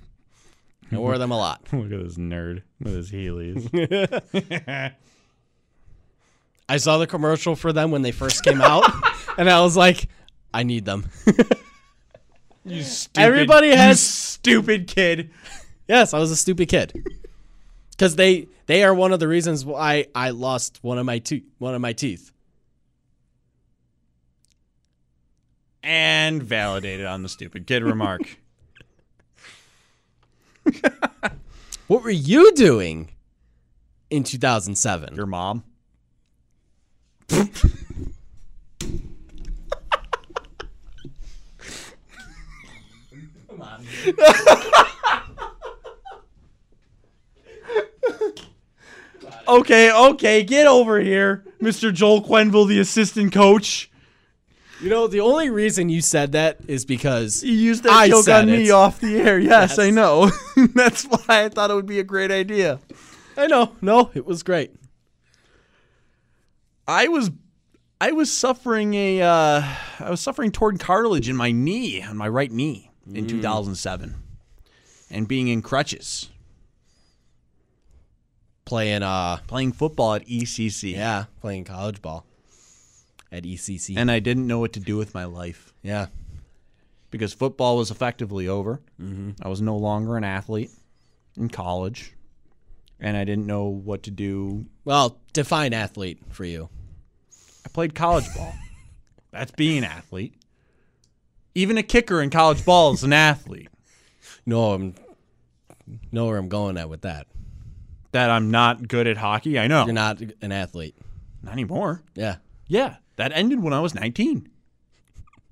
I wore them a lot.
[LAUGHS] Look at this nerd with his [LAUGHS] Heelys.
I saw the commercial for them when they first [LAUGHS] came out and I was like, I need them. [LAUGHS]
Stupid-
Everybody
you
has-
stupid kid.
Yes, I was a stupid kid. Cuz they they are one of the reasons why I lost one of my tooth, one of my teeth.
and validated on the stupid kid [LAUGHS] remark.
What were you doing in 2007?
Your mom. okay, okay, get over here, Mr. Joel Quenville, the assistant coach.
You know, the only reason you said that is because
You used that
I
joke
said
on me
it.
off the air. Yes, I know. [LAUGHS] That's why I thought it would be a great idea.
I know. No, it was great.
I was I was suffering a uh, I was suffering torn cartilage in my knee on my right knee
Mm.
in 2007, and being in crutches,
Playing uh
playing football at E ECC.
yeah, playing college ball at E ECC.
and I didn't know what to do with my life
yeah.
because football was effectively over.
Mm-hmm.
I was no longer an athlete in college, and I didn't know what to do.
Well, define athlete for you.
I played college ball. That's being an athlete. Even a kicker in college ball is an athlete.
No, I'm know where I'm going at with that.
That I'm not good at hockey. I know.
You're not an athlete.
Not anymore.
Yeah.
Yeah, that ended when I was 19.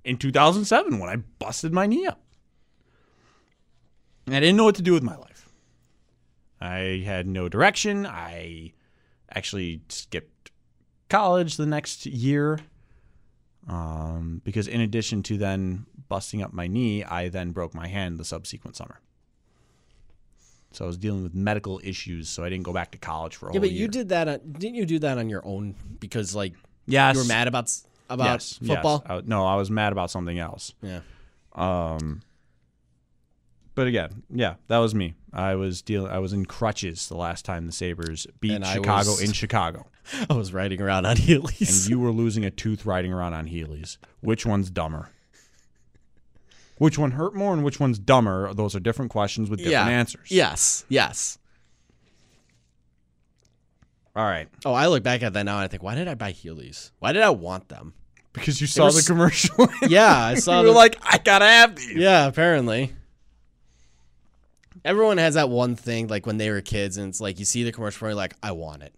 In 2007, when I busted my knee up. And I didn't know what to do with my life. I had no direction. I actually skipped college the next year. Um, because in addition to then busting up my knee, I then broke my hand the subsequent summer. So I was dealing with medical issues, so I didn't go back to college for a
Yeah,
whole
but
year.
you did that on didn't you do that on your own because like
Yes.
you were mad about s- about
Yes, yes.
football?
I- no, I was mad about something else.
Yeah.
Um, but again, yeah, that was me. I was deal. I was in crutches the last time the Sabers beat
And I
Chicago
was-
in Chicago,
[LAUGHS] I was riding around on [LAUGHS] Heelys.
and you were losing a tooth riding around on Heelys. Which one's dumber? Which one hurt more, and which one's dumber? Those are different questions with different answers.
Yes. Yes.
All right.
Oh, I look back at that now and I think, why did I buy Heelys? Why did I want them?
Because you saw
were
the
s-
commercial. [LAUGHS]
[LAUGHS] Yeah, I saw
you were
them.
like, I gotta have these.
Yeah, apparently. Everyone has that one thing, like when they were kids, and it's like you see the commercial, for it, you're like, I want it.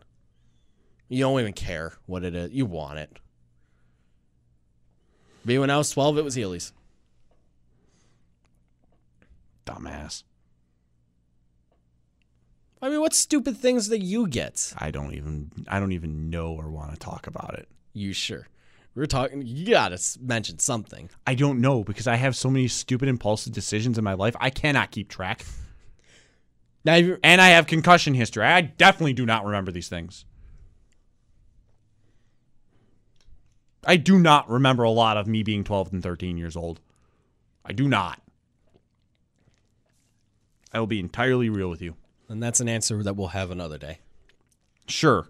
You don't even care what it is, you want it. Me when I was 12, it was Heelys.
Dumbass.
I mean, what stupid things that you get?
I don't even. I don't even know or want to talk about it.
You sure? We We're talking, you gotta s- mention something.
I don't know because I have so many stupid impulsive decisions in my life. I cannot keep track.
Now, you
And I have concussion history. I definitely do not remember these things. I do not remember a lot of me being 12 and 13 years old. I do not. I will be entirely real with you.
and that's an answer that we'll have another day.
Sure,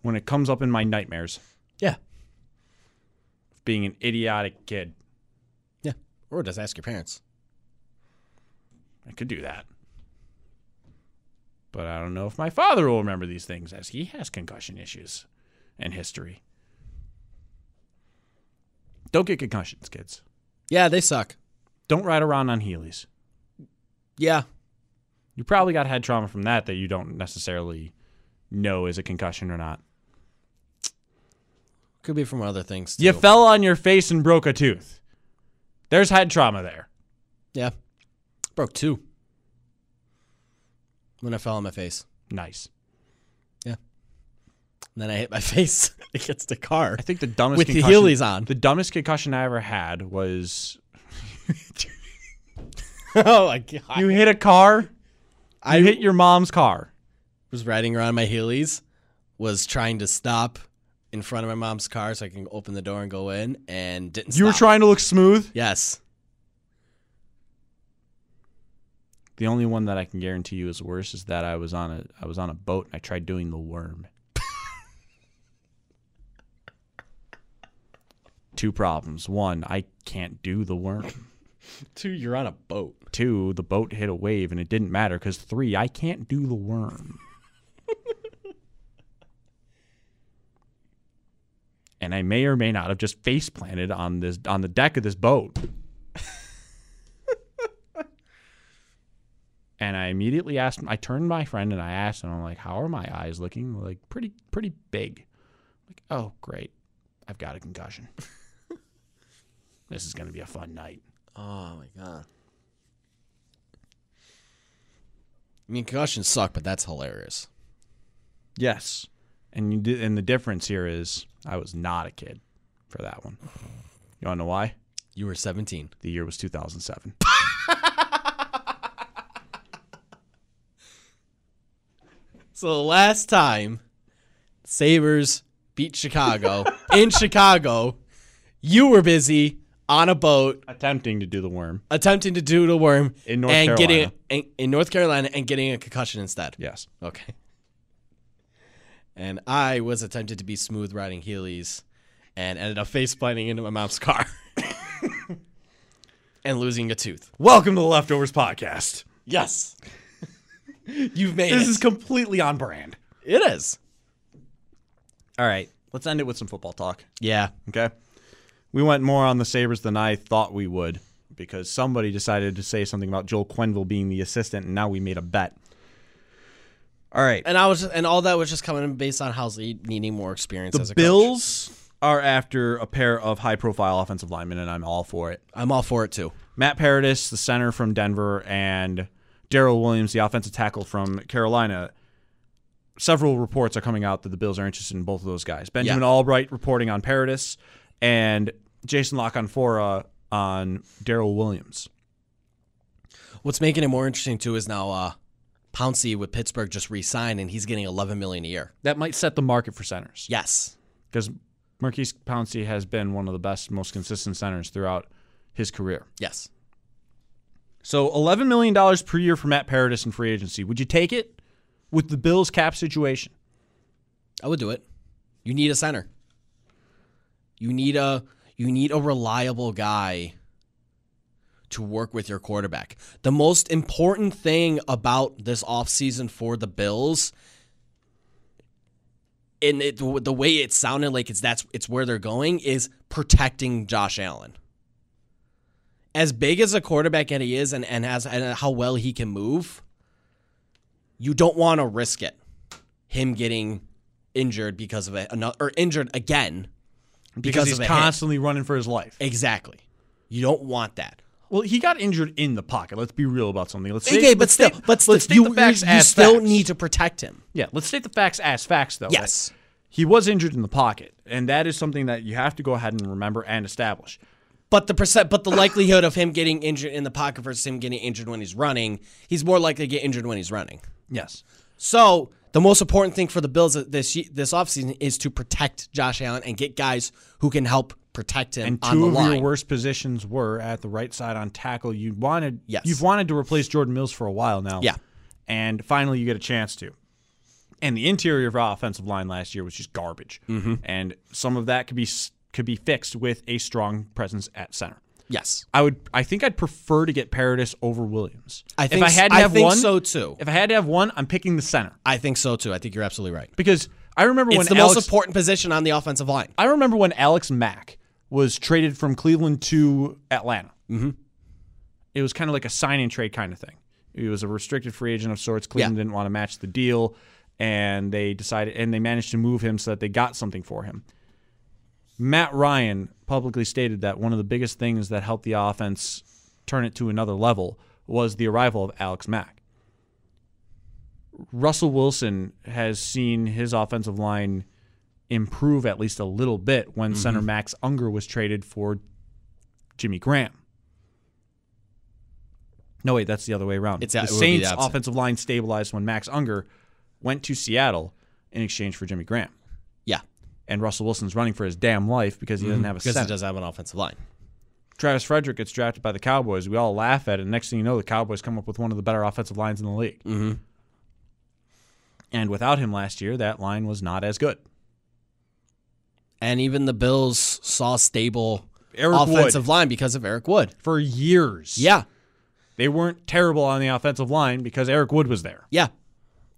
when it comes up in my nightmares,
Yeah.
being an idiotic kid,
Yeah. Or just ask your parents.
I could do that. But I don't know if my father will remember these things as he has concussion issues and history. Don't get concussions, kids.
Yeah, they suck.
Don't ride around on Heelys.
Yeah.
You probably got head trauma from that that you don't necessarily know is a concussion or not.
Could be from other things. Too.
You fell on your face and broke a tooth. There's head trauma there.
Yeah. Broke two. When I fell on my face.
Nice.
And then I hit my [LAUGHS] face against the car.
I think the dumbest
With the
concussion-
Heelys on.
The dumbest concussion I ever had was
[LAUGHS] oh my god.
you hit a car.
I
You hit your mom's car.
was riding around my Heelys, was trying to stop in front of my mom's car so I can open the door and go in and didn't
You were
stop.
trying to look smooth.
Yes.
The only one that I can guarantee you is worse is that I was on a I was on a boat and I tried doing the [LAUGHS] worm. Two problems. One, I can't do the worm.
Two, you're on a boat.
Two, the boat hit a wave and it didn't matter cuz three, I can't do the worm. [LAUGHS] and I may or may not have just face planted on this on the deck of this boat. [LAUGHS] And I immediately asked, I turned to my friend and I asked him, I'm like, how are my eyes looking? Like, pretty, pretty big. like, oh, great. I've got a concussion. [LAUGHS] this is going to be a fun night.
Oh my god. I mean concussions suck, but that's hilarious.
Yes. And you did, and the difference here is I was not a kid for that one. You want to know why?
You were 17.
The year was 2007.
So the last time Sabres beat
[LAUGHS]
Chicago in Chicago, you were busy on a boat
[LAUGHS] Attempting to do the worm.
attempting to do the worm
In North
and
Carolina.
getting in, in North Carolina and getting a concussion instead.
Yes.
Okay. And I was attempted to be smooth riding Heelys and ended up face planting into my
[LAUGHS]
mom's car and losing a tooth.
Welcome to the Leftovers Podcast. [LAUGHS]
Yes. You've made
This
it.
is completely on brand.
it is. All right.
Let's end it with some football talk.
Yeah.
Okay. We went more on the Sabres than I thought we would because somebody decided to say something about Joel Quenville being the assistant, and now we made a bet. All right.
And I was and all that was just coming based on Housley needing more experience as
The
a coach.
Bills are after a pair of high profile offensive linemen, and I'm all for it.
I'm all for it too.
Matt Paradis, the center from Denver, and Daryl Williams, the offensive tackle from Carolina. Several reports are coming out that the Bills are interested in both of those guys. Benjamin
Yeah.
Albright reporting on Paradis and Jason Lockonfora on Daryl Williams.
What's making it more interesting too is now uh Pouncey with Pittsburgh just re-signed and he's getting 11 million a year.
That might set the market for centers
Yes.
because Marquise Pouncey has been one of the best, most consistent centers throughout his career.
Yes.
So $11 million per year for Matt Paradis in free agency. Would you take it with the Bills cap situation?
I would do it. You need a center. You need a you need a reliable guy to work with your quarterback. The most important thing about this offseason for the Bills and it, the way it sounded like it's that's it's where they're going is protecting Josh Allen. As big as a quarterback that he is and, and has and how well he can move, you don't want to risk it him getting injured because of it or injured again
Because,
of a
he's
hit.
constantly running for his life.
Exactly. You don't want that.
Well, he got injured in the pocket. Let's be real about something. Let's
Okay,
state-
but
let's
still,
state-
but still,
let's state
you,
the facts
you, you
as
still
facts.
need to protect him.
Yeah, let's state the facts as facts, though.
Yes.
he was injured in the pocket, and that is something that you have to go ahead and remember and establish.
But the percent, but the likelihood of him getting injured in the pocket versus him getting injured when he's running, he's more likely to get injured when he's running.
Yes,
So the most important thing for the Bills this ye- this offseason is to protect Josh Allen and get guys who can help protect him
and
on
two
the
of
line.
your worst positions were at the right side on tackle. You wanted,
Yes.
you've wanted to replace Jordan Mills for a while now.
Yeah.
and finally you get a chance to. And the interior of our offensive line last year was just garbage,
Mm-hmm.
and some of that could be s- could be fixed with a strong presence at center.
yes,
I would. I think I'd prefer to get Paradis over Williams.
I think
if I
s-
had to
I
have
think
one,
so, too.
If I had to have one, I'm picking the center
I think so too. I think you're absolutely right.
because I remember
It's
when
the
Alex,
most important position on the offensive line.
I remember when Alex Mack was traded from Cleveland to Atlanta. Mm-hmm. It was kind of like a sign and trade kind of thing. He was a restricted free agent of sorts. Cleveland
Yeah.
didn't want to match the deal, and they decided and they managed to move him so that they got something for him. Matt Ryan publicly stated that one of the biggest things that helped the offense turn it to another level was the arrival of Alex Mack. Russell Wilson has seen his offensive line improve at least a little bit when
Mm-hmm.
center Max Unger was traded for Jimmy Graham. No, wait, that's the other way around.
It's-
the
it would be the
Saints'
opposite.
offensive line stabilized when Max Unger went to Seattle in exchange for Jimmy Graham.
Yeah,
And Russell Wilson's running for his damn life because he doesn't have a
Mm-hmm. because he
center.
does have an offensive line.
Travis Frederick gets drafted by the Cowboys. We all laugh at it. Next thing you know, the Cowboys come up with one of the better offensive lines in the league. Mm-hmm. And without him last year, that line was not as good.
and even the Bills saw stable
Eric
offensive
Wood.
line because of Eric Wood.
For years.
Yeah,
They weren't terrible on the offensive line because Eric Wood was there.
yeah,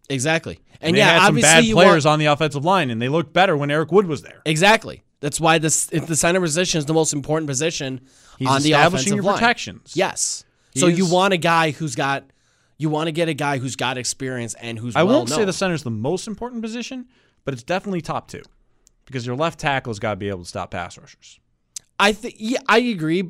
exactly. And,
they
yeah,
had some
obviously
bad
you
players
want,
on the offensive line, and they looked better when Eric Wood was there.
exactly. That's why this if the center position is the most important position
He's
on the
establishing
offensive
your
line.
protections.
Yes.
He
so you
is-
want a guy who's got you want to get a guy who's got experience and who's
I
well
won't say
known.
the center's the most important position, but it's definitely top two because your left tackle's got to be able to stop pass rushers.
I think yeah, I agree.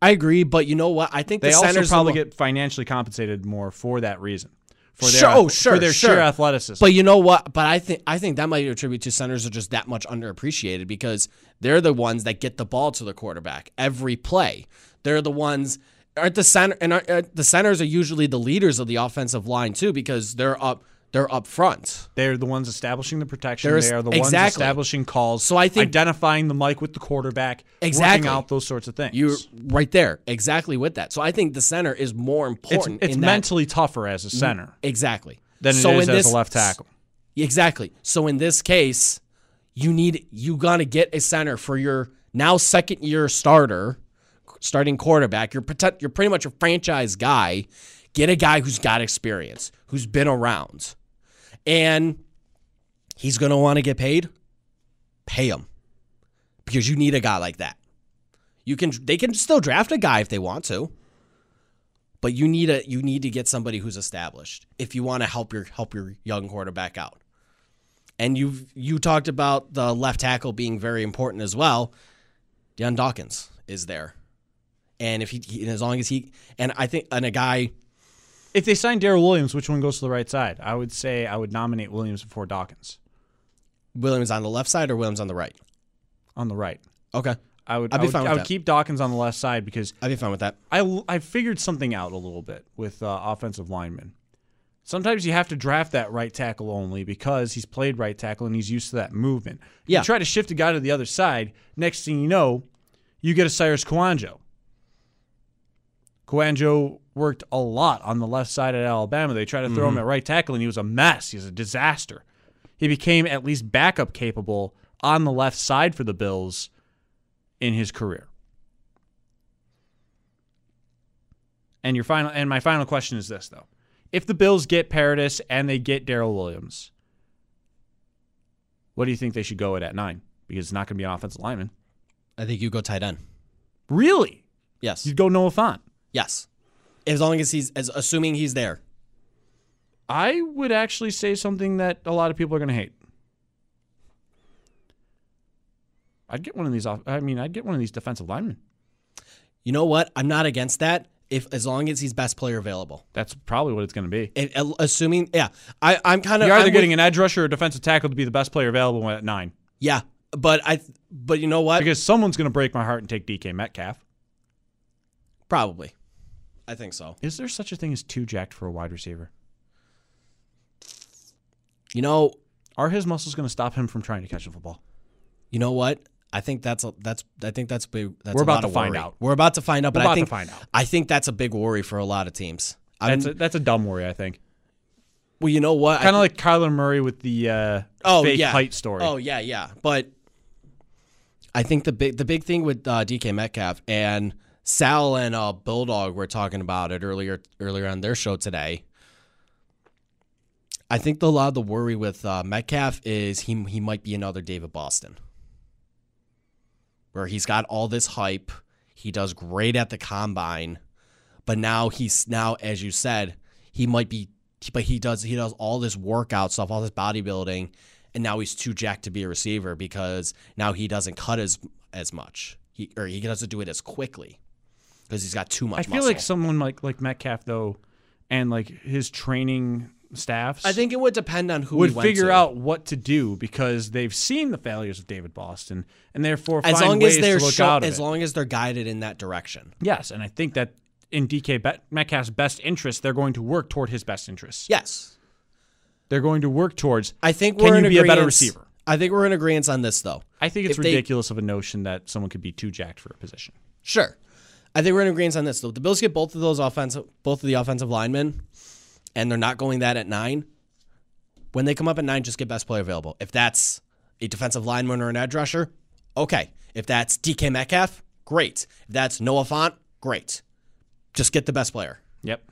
I agree, but you know what? I think
They
the
also
center's the
probably
mo-
get financially compensated more for that reason. for their
Sure, oh,
ath-
sure,
for their
sure.
sheer athleticism.
But you know what? But I think I think that might attribute to centers are just that much underappreciated because they're the ones that get the ball to the quarterback every play. They're the ones aren't the center and aren't, uh, the centers are usually the leaders of the offensive line too because they're up they're up front.
They're the ones establishing the protection.
There's-
they are the ones
exactly.
establishing calls.
So I think-
identifying the mic with the quarterback,
Exactly.
working out those sorts of things.
You're right there, exactly with that. So I think the center is more
it's,
important.
it's
in that-
mentally tougher as a center
exactly
than it is
so in
as
this-
a left tackle.
Exactly. So in this case, you need you gotta get a center for your now second year starter, starting quarterback. You're protect, you're pretty much a franchise guy. Get a guy who's got experience, who's been around, and he's gonna want to get paid. Pay him because you need a guy like that. You can they can still draft a guy if they want to. But you need a you need to get somebody who's established if you want to help your help your young quarterback out. And you you talked about the left tackle being very important as well. Deion Dawkins is there, and if he, he and as long as he and I think and a guy
If they sign Darrell Williams, which one goes to the right side? I would say I would nominate Williams before Dawkins
Williams on the left side or Williams on the right.
on the right.
Okay,
I would.
I'd
I
be
would,
fine with
I would
that.
keep Dawkins on the left side because
I'd be fine with that.
I l- I figured something out a little bit with uh, offensive linemen. Sometimes you have to draft that right tackle only because he's played right tackle and he's used to that movement.
Yeah.
You try to shift a guy to the other side. Next thing you know, you get a Cyrus Kwanjo. Kwanjo worked a lot on the left side at Alabama. They tried to throw him at right tackle and he was a mess. He was a disaster. He became at least backup capable on the left side for the Bills in his career. And your final and my final question is this though. If the Bills get Paradis and they get Daryl Williams, what do you think they should go at at nine? Because it's not going to be an offensive lineman.
I think you go tight end.
Really?
Yes,
You'd go Noah Font.
yes. As long as he's as assuming he's there.
I would actually say something that a lot of people are going to hate. I'd get one of these off. I mean, I'd get one of these defensive linemen.
You know what? I'm not against that. If as long as he's best player available.
That's probably what it's going to be.
And- and assuming, yeah, I, I'm kind of
You're either getting an edge rusher or defensive tackle to be the best player available at nine.
yeah, but I, but you know what?
Because someone's going to break my heart and take DK Metcalf.
Probably, I think so.
Is there such a thing as too jacked for a wide receiver?
You know,
Are his muscles going to stop him from trying to catch the football?
you know what? I think that's a that's I think that's big. That's
We're
a
about
lot
to
of
find
worry.
out.
We're about to find out. But
about
I
to
think
find out.
I think that's a big worry for a lot of teams. I
That's
mean,
a, that's a dumb worry, I think.
well, you know what? I
Kind of
think-
like Kyler Murray with the uh,
oh
fake
yeah,
height story.
Oh yeah, yeah. But I think the big the big thing with uh, DK Metcalf and Sal and uh, Bulldog were talking about it earlier earlier on their show today. I think the, a lot of the worry with uh, Metcalf is he he might be another David Boston, where he's got all this hype, he does great at the combine, but now he's now as you said he might be, but he does he does all this workout stuff, all this bodybuilding, and now he's too jacked to be a receiver because now he doesn't cut as as much, he or he doesn't do it as quickly because he's got too much.
I feel
muscle.
like someone like like Metcalf though, and like his training staffs.
I think it would depend on who
would
he went
figure
to.
out what to do because they've seen the failures of David Boston and therefore
as
find
long
ways
as they're
to look
show-
out of
as
it.
long as they're guided in that direction.
yes, and I think that in DK Bet- Metcalf's best interest, they're going to work toward his best interests.
Yes,
They're going to work towards.
I think
Can
we're
you
in
be a better
agreeance-
receiver?
I think we're in agreement on this though.
I think it's
if they-
ridiculous of a notion that someone could be too jacked for a position.
Sure. I think we're in agreement on this though. The Bills get both of those offensive both of the offensive linemen and they're not going that at 9. When they come up at 9, just get best player available. If that's a defensive lineman or an edge rusher, okay. If that's DK Metcalf, great. If that's Noah Font, great. Just get the best player.
Yep.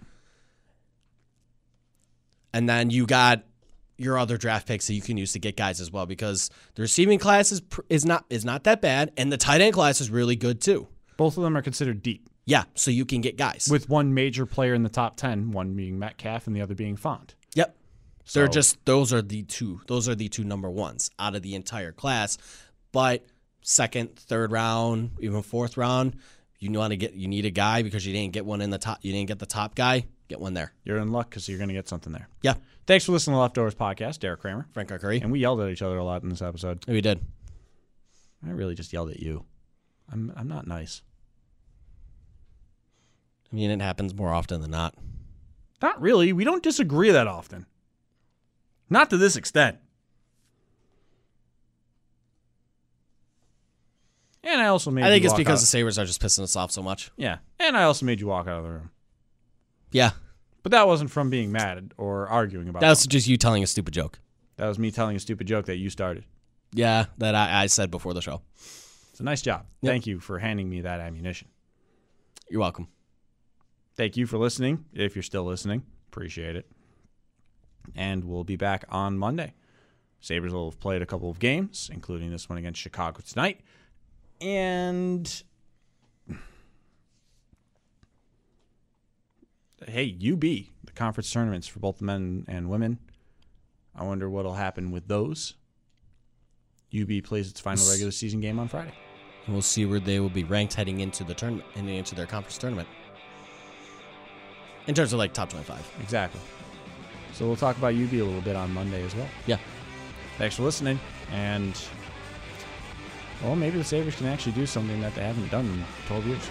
And then you got your other draft picks that you can use to get guys as well because the receiving class is pr- is not is not that bad and the tight end class is really good too.
Both of them are considered deep,
Yeah, so you can get guys.
with one major player in the top 10, one being Metcalf and the other being Font.
Yep.
So-
They're just those are the two those are the two number ones out of the entire class. But second, third round, even fourth round, you want to get you need a guy because you didn't get one in the top you didn't get the top guy. Get one there.
You're in luck because you're going to get something there.
Yeah.
Thanks for listening to Leftovers Podcast, Derek Kramer.
Frank R. Curry.
And we yelled at each other a lot in this episode.
We did.
I really just yelled at you. I'm, I'm not nice.
I mean, it happens more often than not.
Not really. We don't disagree that often. Not to this extent. And I also made.
I think
you
it's
walk
because the
out.
Sabres are just pissing us off so much.
yeah, and I also made you walk out of the room.
Yeah.
But that wasn't from being mad or arguing about.
That was
something.
just you telling a stupid joke.
that was me telling a stupid joke that you started.
Yeah, that I, I said before the show.
It's a nice job.
Yep.
Thank you for handing me that ammunition.
You're welcome.
Thank you for listening. If you're still listening, appreciate it. And we'll be back on Monday. Sabres will have played a couple of games, including this one against Chicago tonight. And hey, UB, the conference tournaments for both men and women. I wonder what'll happen with those. UB plays its final regular season game on Friday.
And we'll see where they will be ranked heading into the tournament, heading into their conference tournament. In terms of like top 25.
Exactly. So we'll talk about UB a little bit on Monday as well.
Yeah.
Thanks for listening. And, well, maybe the Sabres can actually do something that they haven't done in 12 years.